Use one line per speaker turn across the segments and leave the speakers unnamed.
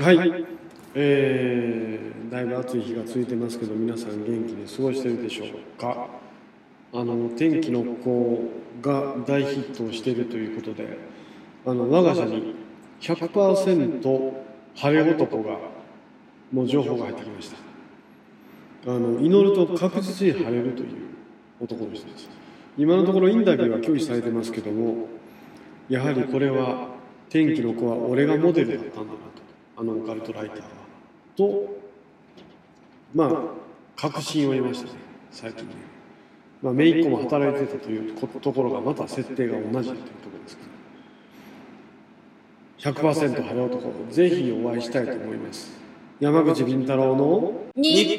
はい、えーだいぶ暑い日が続いてますけど皆さん元気で過ごしてるでしょうかあの天気の子が大ヒットしているということであの我が社に100%晴れ男がもう情報が入ってきましたあの祈ると確実に晴れるという男の人です今のところインタビューは拒否されてますけどもやはりこれは天気の子は俺がモデルだったんだなとあのオカルトライターはとまあ確信を得ましたね最近ねまあ姪っ子も働いてたということころがまた設定が同じというところですけど100%晴れ男ぜひお会いしたいと思います山口敏太郎の
日本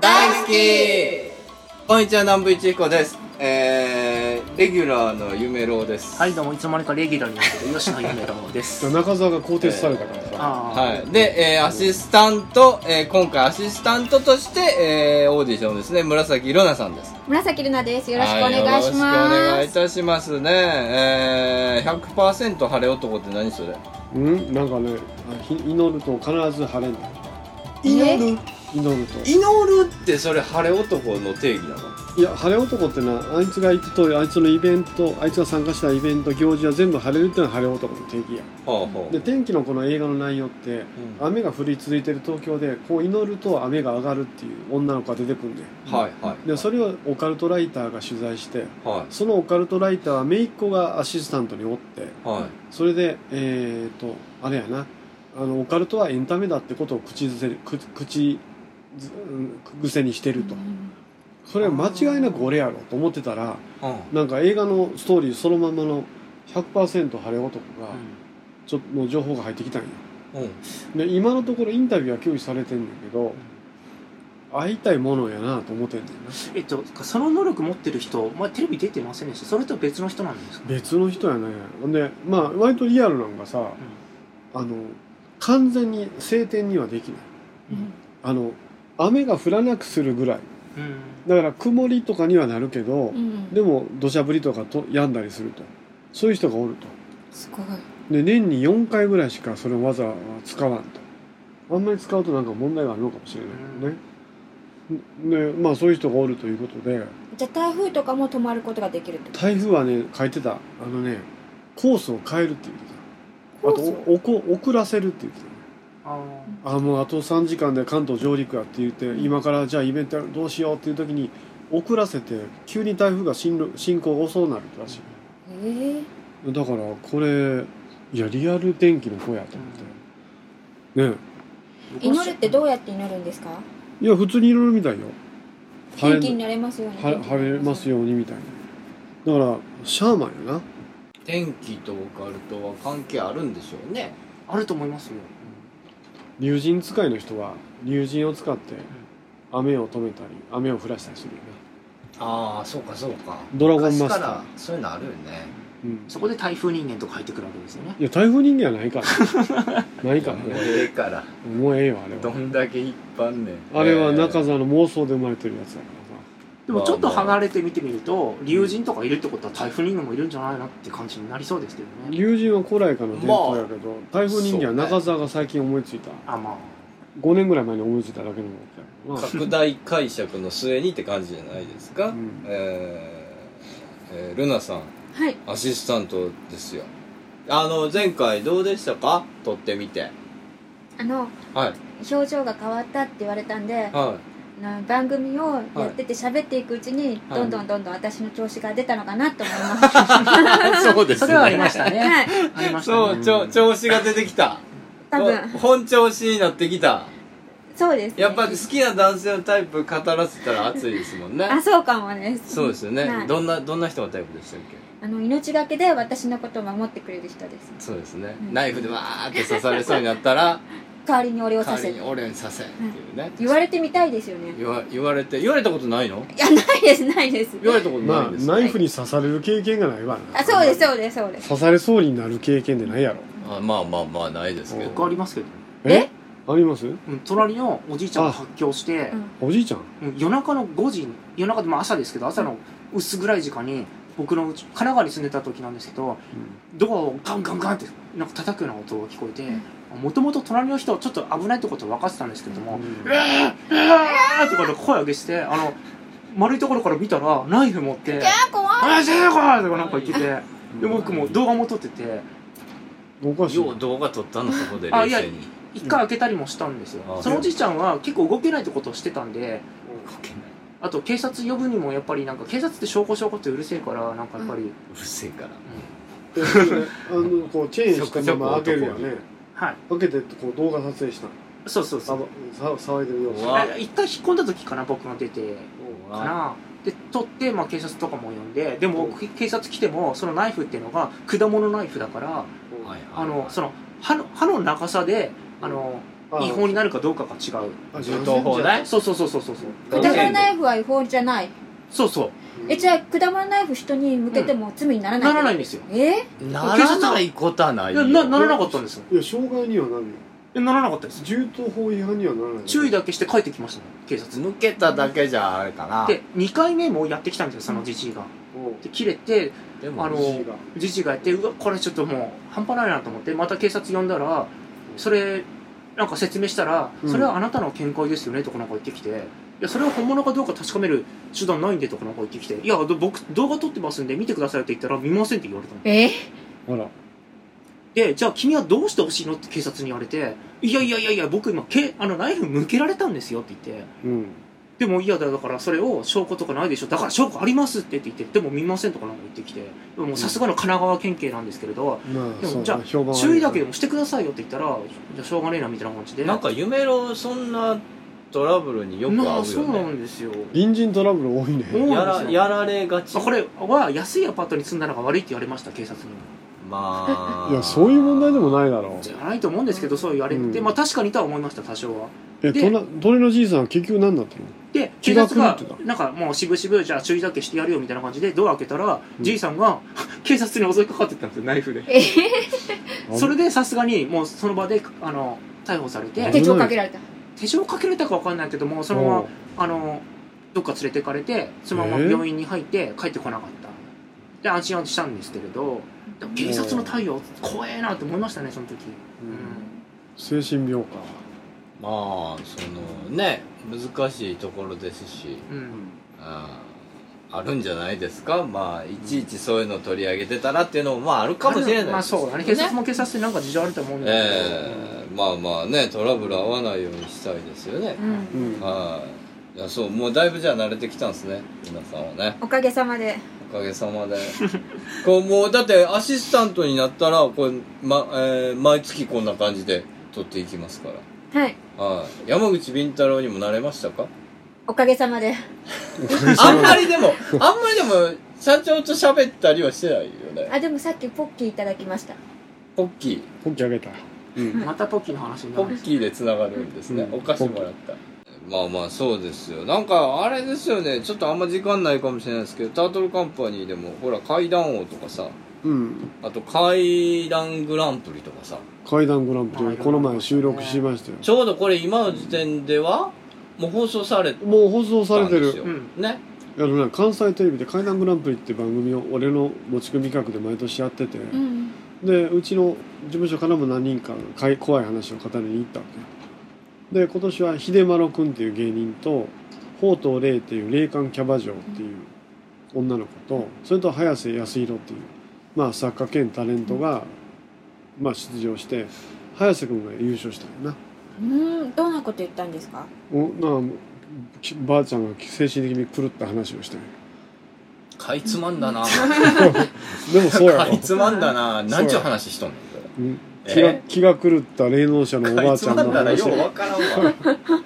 大好き
こんにちは、南部一彦です。えー、レギュラーの夢郎です。
はい、どうも、いつの間にかレギュラーになってる吉野夢郎です。
中澤が更迭されたからさ、
あー
はい。で、えー、アシスタント、えー、今回アシスタントとして、えー、オーディションですね、紫色奈さんです。
紫ルナです。よろしくお願いし
はよろしくお願
ま
いい
す。
たしますね。えー、100%晴れ男って何それ
うんなんかねあひ祈ると必ず晴れる
祈
る
祈ると
祈るってそれ晴れ男の定義なの
いや晴れ男ってなあいつが行くとあいつのイベントあいつが参加したイベント行事は全部晴れるってのは晴れ男の定義や
ほうほう
で天気のこの映画の内容って
うん
雨が降り続いてる東京でこう祈ると雨が上がるっていう女の子が出てくるんで
はいはい。
でそれをオカルトライターが取材して
は
そのオカルトライターは姪っ子がアシスタントにおって
い。はい。
それでえっ、とあれやなあのオカルトはエンタメだってことを口ずせ口口ずうん癖にしてるとそれは間違いなく俺やろと思ってたら
うん。
なんか映画のストーリーそのままの100%晴れ男が
う
ちょっとの情報が入ってきたんや
うん。
で今のところインタビューは拒否されてんだけど会いたいものやなと思ってんだよなん
えっと、その能力持ってる人、まあ、テレビ出てませんでした。それと別の人なんですか
別の人やねほんでまあ割とリアルなんかさあの完全に晴天にはできない
うん
あの雨が降らなくするぐらい
うん。
だから曇りとかにはなるけど
うん
でも土砂降りとかと病んだりするとそういう人がおると
すごい。
で年に4回ぐらいしかその技は使わんとあんまり使うとなんか問題があるのかもしれないよね、でまあそういう人がおるということで
じゃあ台風とかも止まることができるってこ
台風はね書いてたあのねコースを変えるって言ってたあ
コ
と
ース
おおこ遅らせるって言ってたね
あ
あもうあと3時間で関東上陸やって言って、
ん
今からじゃあイベントやるどうしようっていう時に遅らせて急に台風が進路進行が遅くなるらしい
と。ええ。
だからこれいやリアル天気の子やと思って、ね
ー
祈るってど
う
うやって祈るんですか？
いや普通にいろいろみたいよ晴れ
天気になれますように。
は晴れます。ようにみたいなだからシャーマンやな
天気とオカルトは関係あるんでしょうね。
あると思いますよ。
竜神使いの人は竜神を使って雨を止めたり雨を降らしたりするよね
ああ、そうかそうか。
ドラゴンマスター
昔からそういうのあるよね。
うん
そこで台風人間とか入ってくるわけですよね。
いや台風人間はないから ないからね
ええから
もうええよあれは
んだけ一般ね
あれは中
え
澤の妄想で生まれてるやつだか
でもちょっと離れて見てみると、竜神とかいるってことは台風人間もいるんじゃないなって感じになりそうですけど
らさ
ね。
竜神は古来からの伝統やけど、台風人間は中澤が最近思いついた、
あ、まあ。
5年ぐらい前に思いついただけのものだから
拡大解釈の末にって感じじゃないで すか、
うん
えーえールナさん
はい。
アシスタントですよあの前回どうでしたか撮ってみて
あの
はい
表情が変わったって言われたんで、あ
は
の番組をやってて喋っていくうちに
はい
どんどんどんどん私の調子が出たのかなと思います。はい
そうで
それはありました
い。
ね。ありましたね。
そうちょ調子が出てきた
多分
ほ本調子になってきた
そうです、ね。
やっぱ好きな男性のタイプ語らせたら熱いですもんね
あそうかもです。
そうですよね、
はい
どんなどんな人のタイプでしたっけ
あの命がけで私のことを守ってくれる人です。
そうですね、
うん
ナイフでわーって刺されそうになったら
代わりに俺を
代
さ
わ
せ
りに
る。
俺に刺せっていうね、
言われてみたいですよね。
言わ言われて言われたことないの
いや、ないです、ないです。
言われたことない
まあ
んですか、
ナイフに刺される経験がないわな
あ、そうです、そうです、そうです。
刺されそうになる経験でないやろ
あ、まあまあまあないですけ
僕あ
ど
りますけどね。
え
あります
うん隣のおじいちゃんが発狂して
う、ん
おじいちゃん
うん夜中の5時に夜中でまあ朝ですけど朝の薄暗い時間に僕のうち神奈川に住んでた時なんですけどドアをガンガンガンってなんか叩くような音が聞こえて、
ん
もともと隣の人ちょっと危ないとこと分かってたんですけども、
うん
うわーうわーとかで声上げしてあの丸いところから見たらナイフ持って
ー怖
「
い
あージェイコー!」とかなんか言っててで僕も動画も撮ってて
おかしい
よう動画撮ったのそこで
あ
冷静に
一回開けたりもしたんですよ
あー
そのおじいちゃんは結構動けないってことをしてたんで
動けない
あと警察呼ぶにもやっぱりなんか警察って証拠証拠ってうるせえからなんかやっぱり、
うるせえから
であのこうチェーンしたまま開けるよね
はい
開けてこう動画撮影したの
そうそうそ
さ
う
ばさ騒いでるよう
う
な
わ
あ一回引っ込んだ時かな僕が出て
う
か
わ
なで取って、まあ、警察とかも呼んででも僕警察来てもそのナイフっていうのが果物ナイフだから
はいはい
あのその歯の歯の長さであの
あ
違法になるかどうかが違う
あ
銃刀法ね
そうそうそうそうそうそう
う
果
ん
物ナイフは違法じゃない
そうそ
えじゃあ果物ナイフ人に向けても罪になら
う
ない、
ならないんですよ
え
ならないことはないい
や
よ
なならなかったんですよ
いや傷害にはなるよ
えならなかったです
銃刀法違反にはならない
注意だけして帰ってきましたもん警察
抜けただけじゃあれかな
で2回目もやってきたんですよそのじじいが
おう
で切れて
でも
あの
じじいが
じじいがやってうわこれちょっともう半端ないなと思ってまた警察呼んだらそれなんか説明したら、
うん
それはあなたの見解ですよねとかなんか言ってきていやそれは本物かどうか確かめる手段ないんでとかなんか言ってきていやど僕動画撮ってますんで見てくださいって言ったら見ませんって言われたの
え
ほら
でじゃあ君はどうしてほしいのって警察に言われていやいやいやいや僕今けあのナイフ向けられたんですよって言って
うん
でもいやだだからそれを証拠とかないでしょだから証拠ありますってって言ってでも見ませんとかなんか言ってきてでもさすがの神奈川県警なんですけれど、
まあ
でも
そう
じゃあ
評判悪い
注意だけでもしてくださいよって言ったらじゃあしょうがねえなみたいな感じで
なんか夢のそんなトラブルによく
ま
合
あ
う
そう
よ
な
ね
んですよ
隣人トラブル多いね
おう
や
そうなんです
ら
よ
やられがち
まあこれは安いアパートに住んだのが悪いって言われました警察に
まあ
いやそういう問題でもないだろ
じゃないと思うんですけどそう言われて、
うん
まあ確かにとは思いました多少は
うえ
で
とな隣のじいさんは結局何だったの
で
気
警
が
察
狂っ
が
てた
なんかもう渋々じゃあ注意だけしてやるよみたいな感じでドア開けたら、
うん
じいさんが 警察に襲いかかってったんですよナイフで
え
それでさすがにもうその場であの逮捕され
え
て
手帳かけられた
手錠かけられたかわかんないけどもそのまま
おう
あのどっか連れてかれてそのまま
えー
病院に入って帰ってこなかった、で安心はしたんですけれどでも警察の対応怖えなって思いましたねその時、
うん精神病か
まあそのね難しいところですし
うん
あーあるんじゃないですかまあいちいちそういうの取り上げてたらっていうのもまああるかもしれない
まあそうだね警察も警察ってなんか事情あると思うんだけど、
ええまあまあねトラブル合わないようにしたいですよね
う、
うんん
はいいやそうもうだいぶじゃあ慣れてきたんですね皆さんはね
おかげさまで
おかげさまで こうもうだってアシスタントになったらこれ、まえー毎月こんな感じで撮っていきますから
はい
はい、山口敏太郎にもなれまし たか
おかげさまで
あんまりでもあんまりでも社長と喋ったりはしてないよね
あでもさっきポッキーいただきました
ポッキー
ポッキーあげたうん
またポッキーの話にな
ポ
るんで
ッ
す
キーでつながるんですね、
うん
お菓子もらったまあまあそうですよなんかあれですよねちょっとあんま時間ないかもしれないですけどタートルカンパニーでもほら怪談王とかさ
うん
あと怪談グランプリとかさ
怪談グランプリこの前収録しましたよ
ちょうどこれ今の時点ではもう放送され
もう放送さ
た
れ
ん
て
です
る
よ
うん
ね
あのね関西テレビで「怪談グランプリ」って番組を俺の持ち組企画で毎年やってて、
うん
でうちの事務所からも何人かかい怖い話を語りに行ったわけで今年は秀丸くんっていう芸人と宝東麗っていう霊感キャバ嬢っていう女の子とそれと早瀬康弘っていう、まあ、作家兼タレントが、まあ、出場して早瀬くんが優勝したんやな
うんどんなこと言ったんですか
おなんかきばあちゃんが精神的に狂った話をしたんや
かいつまんだな
でもそうや
か
ろ
いつまんだななんちゅう話しとんのこれ
うん気が
え
気が狂った霊能者のおばあちゃんの
かい
話
つまんだらようわからんわ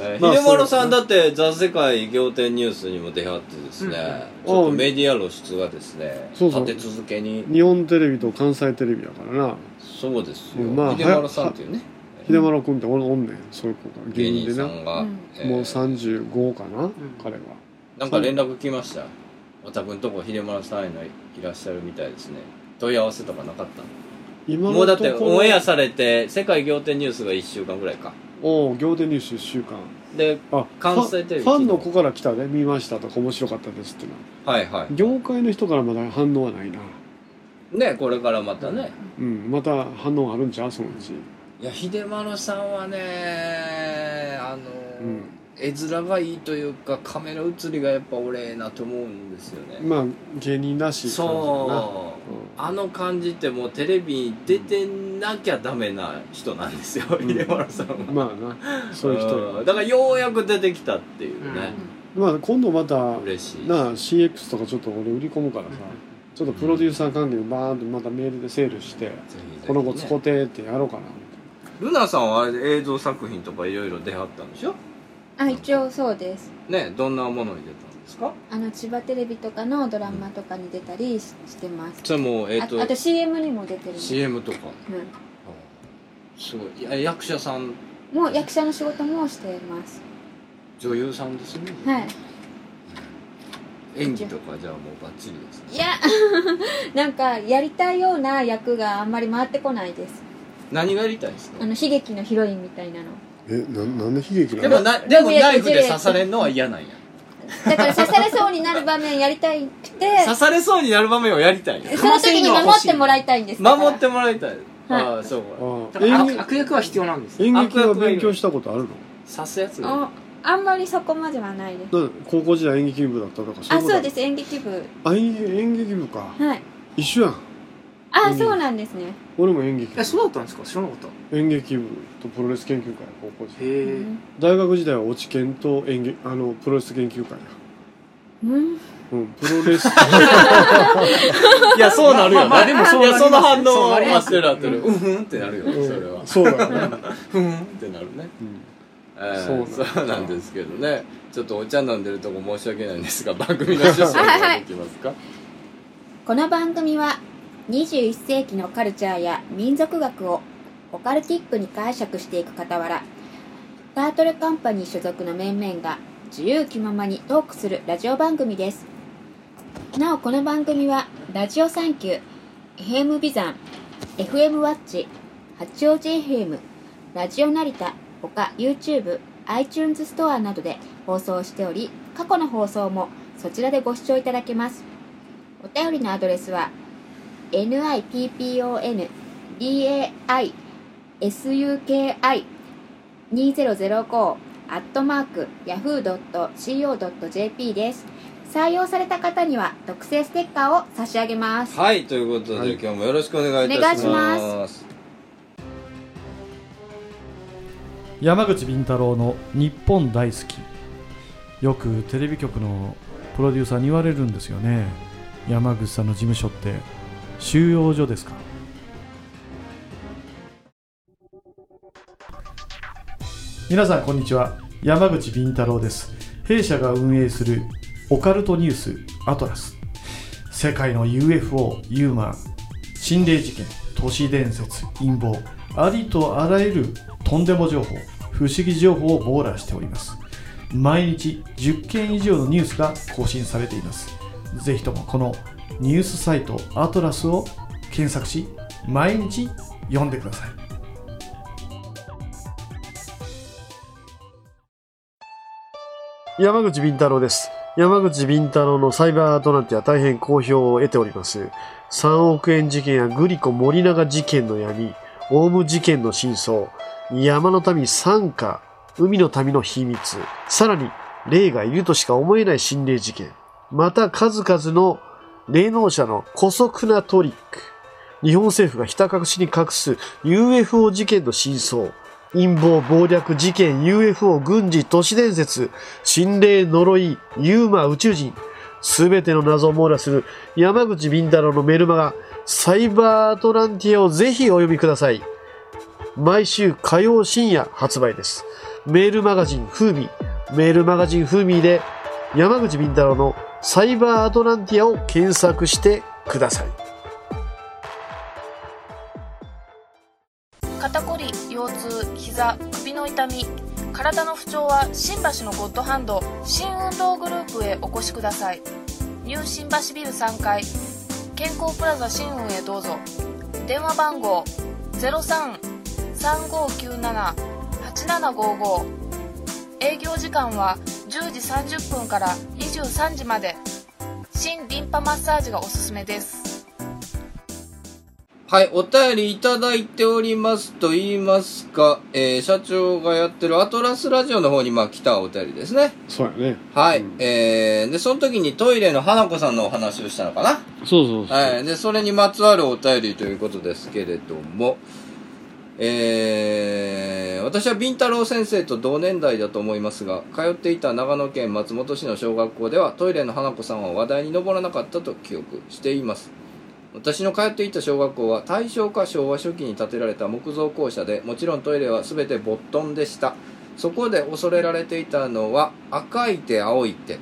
えー
まあ
秀丸さんだって「ザ・世界仰天ニュース」にも出会ってですね、
うん
ちょっとメディア露出がですね
そうそう
立て続けに
日本テレビと関西テレビやからな
そうですよ、
まあ
秀丸さんっていうね
秀丸君っておんおんねんそういう子が
芸
芸人
人
で
さ
な、
んが、
うん
えー
もう35かな、彼は
なんか連絡来ましたお宅のとこ秀丸さんへのいらっしゃるみたいですね問い合わせとかなかった
今
もうだってオンエア
さ
されて「世界仰天ニュース」が1週間ぐらいか
おう仰天ニュース1週間
で
あ
関西テレビ
ファンファンの子から来たで見ましたとか面白かったですってな
はいはい
業界の人からまだ反応はないな
ねこれからまたね、
うん、また反応あるんちゃうそのうち
いや秀丸さんはねあの、
うん
絵面がいいというかカメラ映りがやっぱ俺ええなと思うんですよね、
まあ芸人らしい感じだな
そうあの感じってもうテレビに出てなきゃダメな人なんですよ、
ん
秀丸さんは、
うんまあなそういう人
うん
よ
だからようやく出てきたっていうね、
まあ今度また
嬉しい
なあ CX とかちょっと俺売り込むからさちょっとプロデューサー関係でバーンとまたメールでセールして
ぜひぜひね
この子使ってってやろうかな
ルナさんはあれで映像作品とかいろいろ出はったんでしょ
あ一応そうです
ねどんなものに出たんですか
あの千葉テレビとかのドラマとかに出たりししてます
それもうえっ、
ああと
と
CM にも出てるんで
CM とか
う
すごいいや役者さん
ん、もう役者の仕事もしています
女優さんですね
はい
演技とかじゃあもうバッチリですね
いや なんかやりたいような役があんまり回ってこないです
何がやりたいです
あ
か
の悲劇のヒロインみたいなの
えななんで悲劇
でもなでもナイフで刺されるのは嫌なんや
だから刺されそうになる場面やりたいくて
刺されそうになる場面をやりたいんや
その時に守ってもらいたいんですから
守ってもらいたい、
はい
ああそうか
ああ
だから
演
悪
劇
悪役は必要なんです
演劇は勉強したことあるの
刺すやつが
ああんまりそこまではないです
なんで高校時代演劇部だったとかそうい
あ
うこと
そうです演劇部
あ演劇演劇部か
はい
一緒やん
あ、
うん
そうなんですね
俺も演劇部
えそうだったんですか知らなかったへ
演劇部とプロレス研究会高校時代
う
え
ん、
大学時代は落研と演劇あのプロレス研究会や
うん、
うんプロレス
いや、そうなるよな。
まあまあでもそう
いやその反応
そうな
は
り
合
ま
っ
す
てる合ってる。うんふんってなるよ、
うん
それは。
そうだよね、
ふんってなるね。
うん
えー
そうなんだ
そうなんですけどね。ちょっとお茶飲んでるとこ申し訳ないんですが、番組の趣旨
はいは
が
い
できますか
この番組は21世紀のカルチャーや民族学をオカルティックに解釈していく傍らタートルカンパニー所属の面々が自由気ままにトークするラジオ番組ですなおこの番組はラジオサンキュー FM ビザン FM ワッチ八王子 FM ラジオ成田ほか YouTube iTunes ストアなどで放送しており過去の放送もそちらでご視聴いただけますお便りのアドレスは nippondaisuki2005 アットマーク yahoo.co.jp です採用された方には特製ステッカーを差し上げます
はい、ということ
はい
で今日もよろしくお願いいたし
お願いし
ます。
山口敏太郎の日本大好きよくテレビ局のプロデューサーに言われるんですよね山口さんの事務所って収容所ですか皆さんこんにちは山口敏太郎です弊社が運営するオカルトニュースアトラス世界の UFO ユーマー心霊事件都市伝説陰謀ありとあらゆるとんでも情報不思議情報を網羅しております毎日10件以上のニュースが更新されていますぜひともこのニュースサイトアトラスを検索し毎日読んでください
山口敏太郎です山口敏太郎のサイバーアートなんては大変好評を得ております3億円事件やグリコ森永事件の闇オウム事件の真相山の民参加海の民の秘密さらに霊がいるとしか思えない心霊事件また数々の霊能者の古速なトリック日本政府がひた隠しに隠す UFO 事件の真相陰謀暴略事件 UFO 軍事都市伝説心霊呪いユーマ宇宙人すべての謎を網羅する山口敏太郎のメルマガサイバーアトランティアをぜひお読みください毎週火曜深夜発売ですメールマガジンフーミーメールマガジンフーミーで山口敏太郎のサイバーアトランティアを検索してください
肩こり腰痛膝首の痛み体の不調は新橋のゴッドハンド新運動グループへお越しくださいニュー新橋ビル3階健康プラザ新運へどうぞ電話番号0335978755営業時間は10時30分から23時まで新リンパマッサージがおすすめです
はい、お便りいただいておりますと言いますか、えー社長がやってるアトラスラジオの方に、まあ、来たお便りですね。
そうやね
はい、
うん
えー、で、その時にトイレの花子さんのお話をしたのかな。
そうそうそう、
はい。で、それにまつわるお便りということですけれども、えー、私はビンタロウ先生と同年代だと思いますが、通っていた長野県松本市の小学校ではトイレの花子さんは話題に上らなかったと記憶しています。私の通っていた小学校は大正か昭和初期に建てられた木造校舎でもちろんトイレは全てボットンでしたそこで恐れられていたのは赤い手青い手っ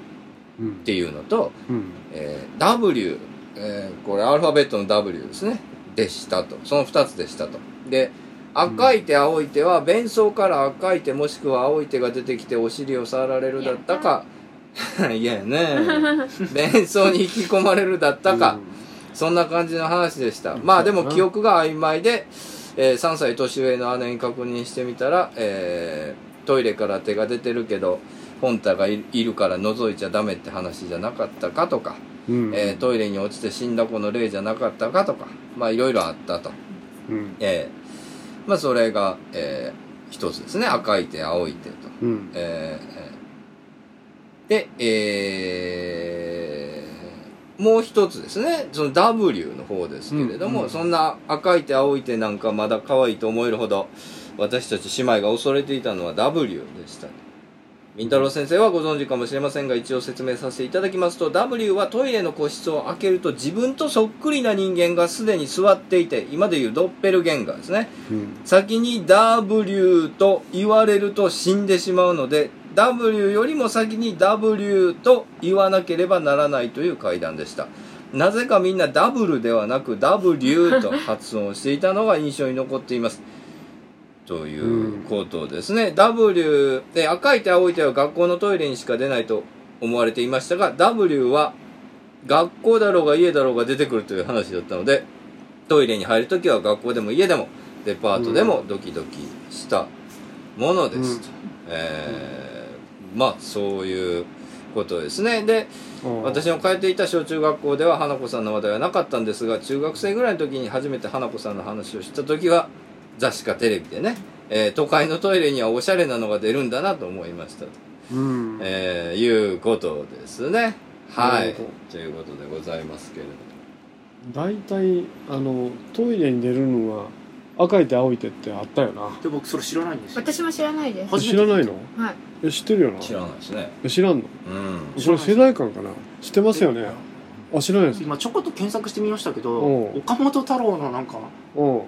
うん
ていうのと、
うん
えー W、えーこれアルファベットの W ですねでしたとその2つでしたとで赤い手青い手は便装から赤い手もしくは青い手が出てきてお尻を触られるだったか 嫌やね便装に引き込まれるだったか、そんな感じの話でした。まあでも記憶が曖昧で、えー3歳年上の姉に確認してみたら、えートイレから手が出てるけど、本体がいいるから覗いちゃダメって話じゃなかったかとか、
うん
えートイレに落ちて死んだ子の例じゃなかったかとか、まあいろいろあったと。
うん
えーまあそれが、えー一つですね。赤い手、青い手と。
うん
えーで、えーもう一つですね、その W の方ですけれども、
うんうん
そんな赤い手青い手なんかまだ可愛いと思えるほど、私たち姉妹が恐れていたのは W でした。民太郎先生はご存知かもしれませんが、一応説明させていただきますと、W はトイレの個室を開けると自分とそっくりな人間がすでに座っていて、今でいうドッペルゲンガーですね。
うん
先に W と言われると死んでしまうので W よりも先に W と言わなければならないという会談でしたなぜかみんなダブルではなく W と発音していたのが印象に残っていますということですね、W で赤い手青い手は学校のトイレにしか出ないと思われていましたが W は学校だろうが家だろうが出てくるという話だったのでトイレに入るときは学校でも家でもデパートでもドキドキしたものですと、えーまあそういうことですねで私の通っていた小中学校では花子さんの話題はなかったんですが中学生ぐらいの時に初めて花子さんの話をした時は雑誌かテレビでね、えー都会のトイレにはおしゃれなのが出るんだなと思いましたと、
うん
えーいうことですねは
な
い
るほど
ということでございますけれども
大体あのトイレに出るのは赤い手青い手ってあったよな
で僕それ知らないんですよ
私も知らないです
初めて
知らないの
はい
え知ってるよな
知らないですね
え知らんの
うん
知
こ
ら
れ
な
世
い
代間かな知ってますよねあ知らないです
今ちょこっと検索してみましたけど
うん
岡本太郎のなんか
うん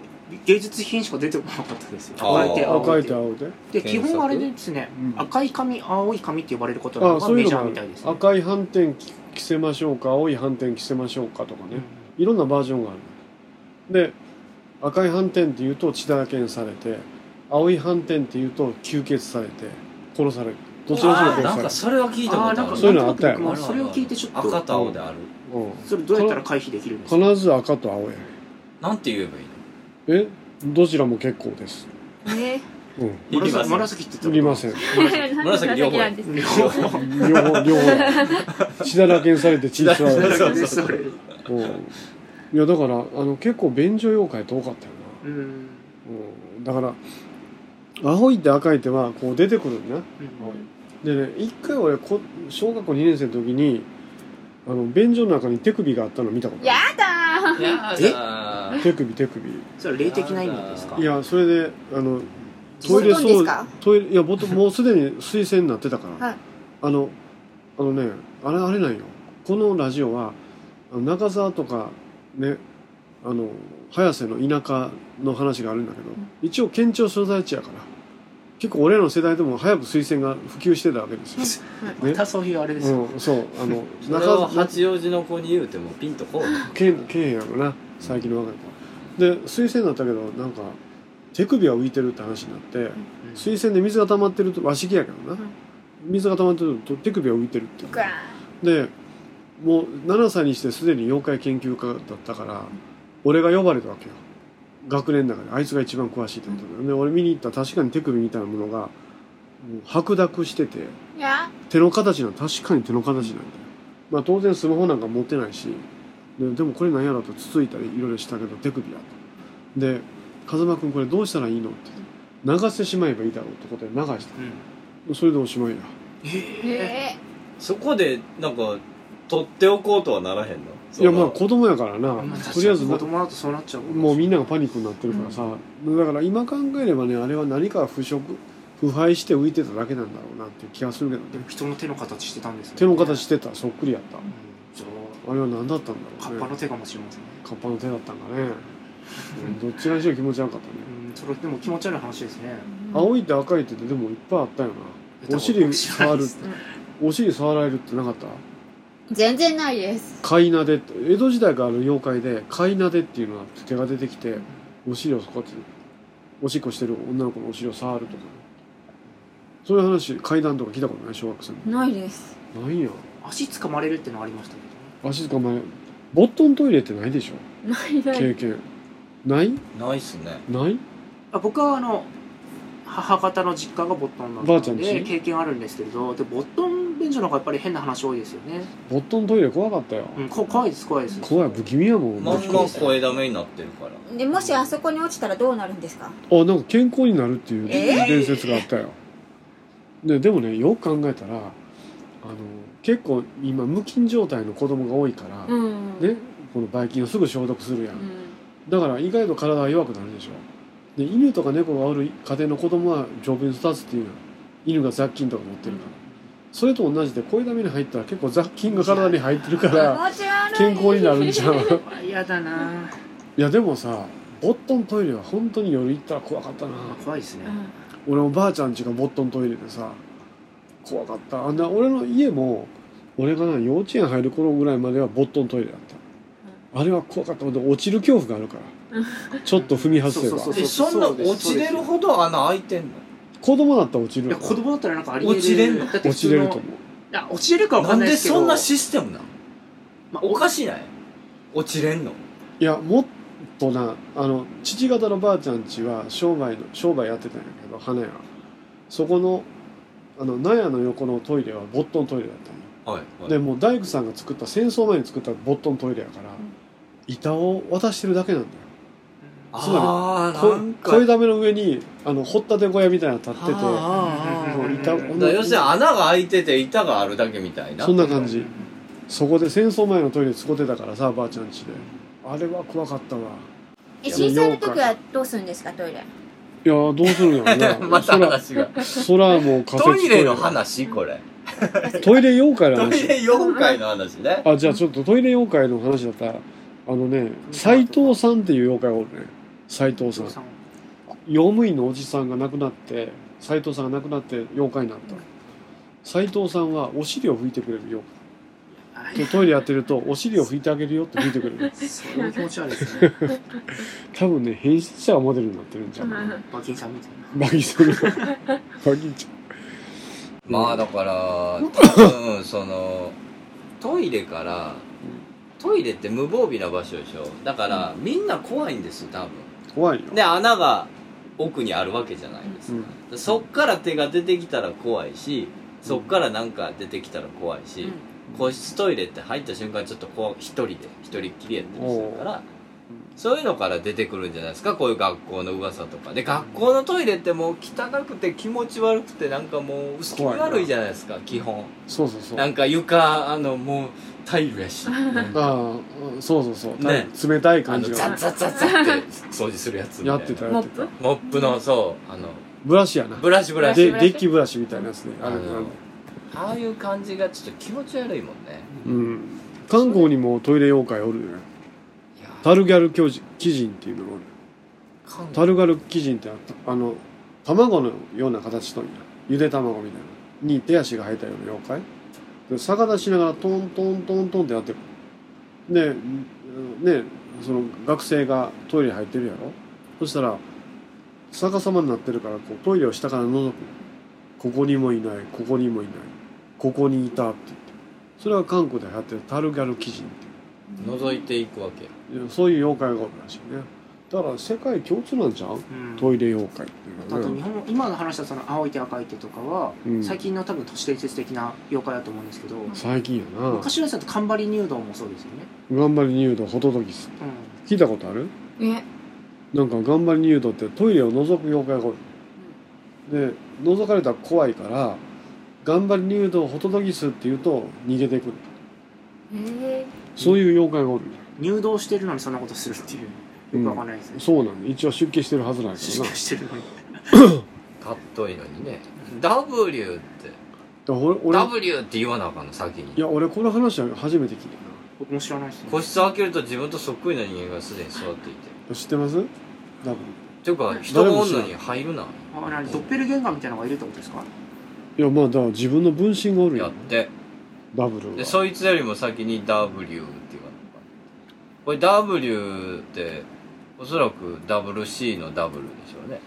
芸術品しか出てこなかったですよ
あー
赤い手青
赤
い
い手
手
青い手
で基
検索
本あれですね、
うん
赤い髪青い髪って呼ばれること
ああ
が
そうい
メ
う
ジ
の
ャー
も
みたいですね
赤い斑点着着せましょうか青い斑点着せましょうかとかねいろんなバージョンがあるで赤い斑点っていうと血だらけにされて青い斑点っていうと吸血されて殺されるどちらかというと
なん
殺
か
さ
それは聞いたことある
あーなんか
そういうのあったよ
僕もそれを聞いてちょっと
赤と青である
れる、
それどうやったら回避できるんです
うん、
か
必ず赤と青や
なんて言えばいい
えどちらも結構です
え
うん
の
紫
紫
紫って言ってた
いりません
ー、
紫両方
なんで紫なんですか
両方
両 方両方血だらけにされて血吸われ
そう
る
そう そう
それ
うんいやだからあの結構便所妖怪って多かったよな
うんうん
うんだから青い手赤い手はこう出てくるんだねでね一回俺こ小学校2年生の時にあの便所の中に手首があったの見たこと
や
あ
だー
やだ
る手首手首
それは霊的な意味ですか
いやそれであのト
ボ
イ
ル
レ
トンです
掃除
か
トイレいやもっともうすでに推薦になってたから、
はい
あのあのねあれあれなんよこのラジオはあの中澤とかねあの早瀬の田舎の話があるんだけど、一応県庁所在地やから結構俺らの世代でも早く推薦が普及してたわけですよ、
またそういうあれですよ
うん、そうあの
それを
中
八王子の子に言うてもピンとこうな
県県やろな最近の若い子で推薦だったけどなんか手首は浮いてるって話になって、
うん
水洗で水が溜まってると和式やけどな、水が溜まってると手首が浮いてるっていう
ぐわ
でもう7歳にしてすでに妖怪研究家だったから俺が呼ばれたわけよ学年の中であいつが一番詳しいってことだよで俺見に行ったら確かに手首みたいなものがもう白濁してて
ーや
手の形なの確かに手の形なんだよ、まあ、当然スマホなんか持ってないしででもこれなんやろとつついたりいろいろしたけど手首やとで「風間君これどうしたらいいの?」って言って流してしまえばいいだろうってことで流し
うん
たそれでおしまいや
え
え
そこでなんか取っておこうとはならへんの
いやまあ子供やからなと
と
り
り
あえ
あ
ず
えず
な
子供だとそうなっちゃうもん
もうみんながパニックになってるからさ、だから今考えればねあれは何か腐食腐敗して浮いてただけなんだろうなっていう気がするけどね
でも人の手の形してたんですね
手の形してたそっくりやった
うんじゃ
あれは何だったん
あ
だ
カ
ろ
ッ
う
パ
ね
の手かもしれませんね
カッパの手だったんかねうんどっちらにしろ気持ち悪かったね
うんそれでも気持ち悪い話ですね
青いって赤いってでもいっぱいあったよなお尻触るお尻触られるってなかった
全然ないです
貝なでって江戸時代からある妖怪で貝なでっていうのは手が出てきてお尻をこうやっておしっこしてる女の子のお尻を触るとかそういう話階段とか聞いたことない小学生の
ないです
ないや
足掴まれるってのはありましたけどね
足捕まえボットントイレってないでしょ
ないな
経
い
験ない
ないっすね
ない
あ僕はあの母方の実家がボットンだ
ばあ
っ
ちゃ
た
ん
ん
ち
で経験あるんですけれどでボットン便所の方がやっぱり変な話多いですよね、
ボットントイレ怖かったよ
うん、こ怖いです怖いです
怖い不気味やもん
漫画声だめになってるから
でもしあそこに落ちたらどうなるんですか
あなんか健康になるっていう
え
伝説があったよ、ででもねよく考えたらあの結構今無菌状態の子供が多いから、
うん
ねこのばい菌をすぐ消毒するやん、
うん
だから意外と体は弱くなるでしょで犬とか猫がおる家庭の子供は丈夫に育つっていうのは犬が雑菌とか持ってるから、それと同じでこういうために入ったら結構雑菌が体に入ってるか
気
ら
持ち悪い
健康になるんじゃん い
怖い嫌だな
やでもさボットントイレは本当に夜行ったら怖かったな
怖いですね、
うん
俺おばあちゃん家がボットントイレでさ怖かったあんな俺の家も俺がな幼稚園入る頃ぐらいまではボットントイレだったあれは怖かったで落ちる恐怖があるからちょっと踏み外せば
そうそう
えそんな落ちれるほど穴開いてんの
子供だったら落ちる
い
よ
や子供だったらなんかありえ
落ちれんの
だって
落
普
ち
通
れ
の
ると思う
いや落ちれるかわ
な
かん
ん
ないで
です
けど
そんなシステムなん
まあ
おかしない落ちれんの
いやもっとなあの父方のばあちゃん家は商売の商売やってたんやけど花屋そこのあの納屋の横のトイレはボットントイレだったんよ
はい、
でもう大工さんが作った戦争前に作ったボットントイレやから、板を渡してるだけなんだよつ
ああ
こ
なんか
声だめの上にあの掘ったて小屋みたいなの立ってて
あーあーあー
もう板
うん
だから要するに穴が開いてて板があるだけみたいな
そん
な
な感じそこで戦争前のトイレ使ってたからさばあちゃん家であれは怖かったわ
え震災の時はどうするんですかトイレ
いやーどうするんやろ
ま
な
た
そら
話が
そらもう仮設
トイレの話これ
トイレ妖怪の
トイ
話
レ妖怪の話ね
あじゃあちょっとトイレ妖怪の話だったらあのね斎藤さんっていう妖怪がおるね斎藤さん用務員のおじさんが亡くなって斎藤さんが亡くなって妖怪になった斎藤さんはお尻を拭いてくれる妖
は
怪でトイレやってるとお尻を拭いてあげるよって拭いてくれる
いそれは気持ち悪いです ね
多分ね変質者がモデルになってるんじゃん
馬琴さんみたい
バギーさん がバギーちゃん
まあだから多分そのトイレからトイレって無防備な場所でしょだからみんな怖いんですよ多分
怖いよ
で穴が奥にあるわけじゃないですか、そっから手が出てきたら怖いしそっからなんか出てきたら怖いし、個室トイレって入った瞬間ちょっとこう一人で一人っきりやったりするからそういうのから出てくるんじゃないですかこういう学校の噂とかで学校のトイレってもう汚くて気持ち悪くてなんかもう薄気味悪いじゃないですか基本
そうそうそう
な
あ
んか床あのもうタイルや しなんか
あそうそうそう、
ね
冷たい
あ
感
の
じ
ザッ
が
ザッザッザッって掃除するやつみたい
や
な
ってたや
モ
っ
ッ
てた
プ
モップのそうあの
ブラシやな
ブラシブラシ
で
ブラシ
デッキブラシみたいなやつねあ
あ
れ
のああいう感じがちょっと気持ち悪いもんね
うん韓国にもトイレ妖怪おるね
いや
タルガル巨人鬼人っていうのがおる
韓国
タルガル鬼人ってあったあの卵のような形とんやゆで卵みたいなに手足が生えたような妖怪で逆立ちしながらトントントントンってやってくるでうんねその学生がトイレ入ってるやろそしたら逆さまになってるからこうトイレを下から覗くここにもいないここにもいないここにいたって言ってそれが韓国で流行ってるタルガル鬼人っていう
覗いていくわけ
そういう妖怪がおるらしいねだから世界共通なんじゃん
な、うん
トイレ妖怪っていう
あ
のは
と日
ね
本今の話したその青い手赤い手とかは、
うん
最近の多分都市伝説的な妖怪だと思うんですけど、
最近やな
昔のやつだとカンバリ入道もそうですよね、
頑張り入道ホトトギス
う
聞いたことある
ね
なんか頑張りに言うとってトイレを覗く妖怪がおるで覗かれたら怖いから頑張りに言うとホトトギスって言うと逃げてくる
へえ
そういう妖怪がおる、
入道してるのにそんなことするっていう。よくわかんないですね。
そうなんだ一応出家してるはずなんやけ
し
ど
か
な
してるのに。
かっといいのにね W って
だから俺俺
W って言わなあかんの先
い
に
や俺この話は初めて聞い
僕も知らないですね。
個室開けると自分とそっくりな人間がすでに座っていて
た知ってます多分
っていうか人がおんのに入るな
あ、なに、ドッペルゲンガーみたいなのがいるってことですか
いやまあだから自分の分身がおる
や
よ
って
ダブル
で
は
そいつよりも先に W って言わなあかんこれ W っておそらく WC の W でしょうね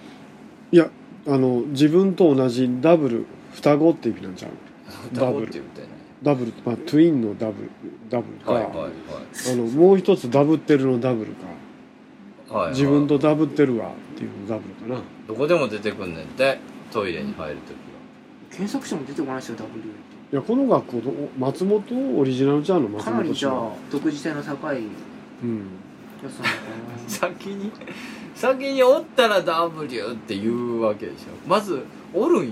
あの自分と同じダブル双子って意味なんちゃうダブル
って言ったよね
ダブルまあトゥインのダブルダブルか、
はいはいはい
あのもう一つダブってるのダブルか、
はいはい
自分とダブってるわっていうのダブルかな
どこでも出てくんねんてトイレに入るときは
検索しても出てこないですよ、W って。
いやこの学校と松本オリジナルちゃうの松
かな
本
りじ
市
ゃあ
の、
独自性の高いや
うん
つなのか
先に先におったら W って言うわけでしょまずおるんや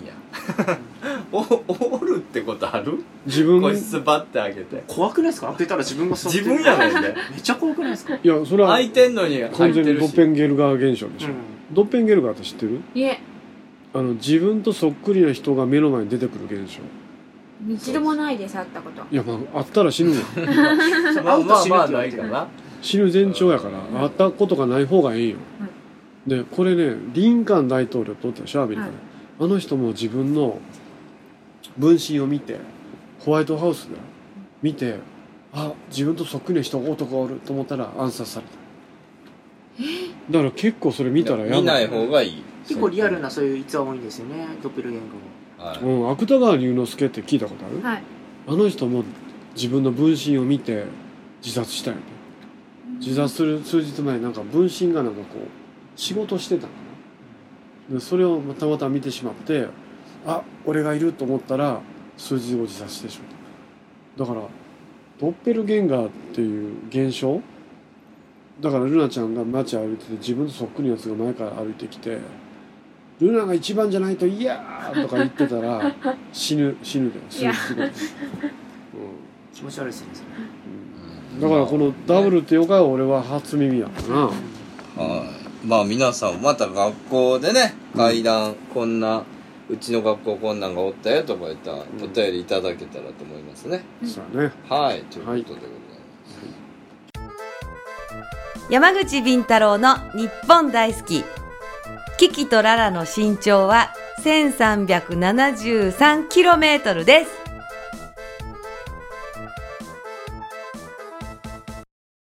おおるってことある
自分
個室バッて開けて
な怖くないですか開けたら自分が座って
自
る
分やもんね
めっちゃ怖くないですか
いやそれは
開いてんのに入
完全
って
にド
る
ッペ
し
ンゲルガー現象でしょ、ドッペンゲルガーって知ってる
いえ
あの自分とそっくりな人が目の前に出てくる現象
一度もないです会ったこと
いやまああったら死ぬよ
そう
まあ
会
ま
うと
あ
死ぬ
まあ
って言
な
われ
い
て
か
る
な
死ぬ前兆やから
うん
あったことがない方がええんよ、でこれねリンカーン大統領とったでしょアメリカで、
は
あの人も自分の分身を見てホワイトハウスで見てあ自分とそっくりな人男がおると思ったら暗殺されただから結構それ見たらやばい
見ない方がいい
結構リアルなそういう逸話多いんですよねドッペルゲンガ
は
ーも
い
うん、芥川龍之介って聞いたことある、
はい
あの人も自分の分身を見て自殺したよね自殺する数日前になんか分身がなんかこう仕事してたのかなでそれをたまたま見てしまってあ俺がいると思ったら数日後自殺してしまっただからドッペルゲンガーっていう現象だからルナちゃんが街歩いてて自分とそっくりのやつが前から歩いてきて「ルナが一番じゃないと嫌!」とか言ってたら死ぬ死ぬで数日後に、
気持ち悪いですねそれ
うん、だからこのダブルって妖怪は俺は初耳やったな
はいまあ皆さんまた学校でね階段こんなうちの学校こんなんがおったよとか言ったらお
ん
便りいただけたらと思いますね、
そうやね
はいということでございます、
山口敏太郎の日本大好きキキとララの身長は 1373km です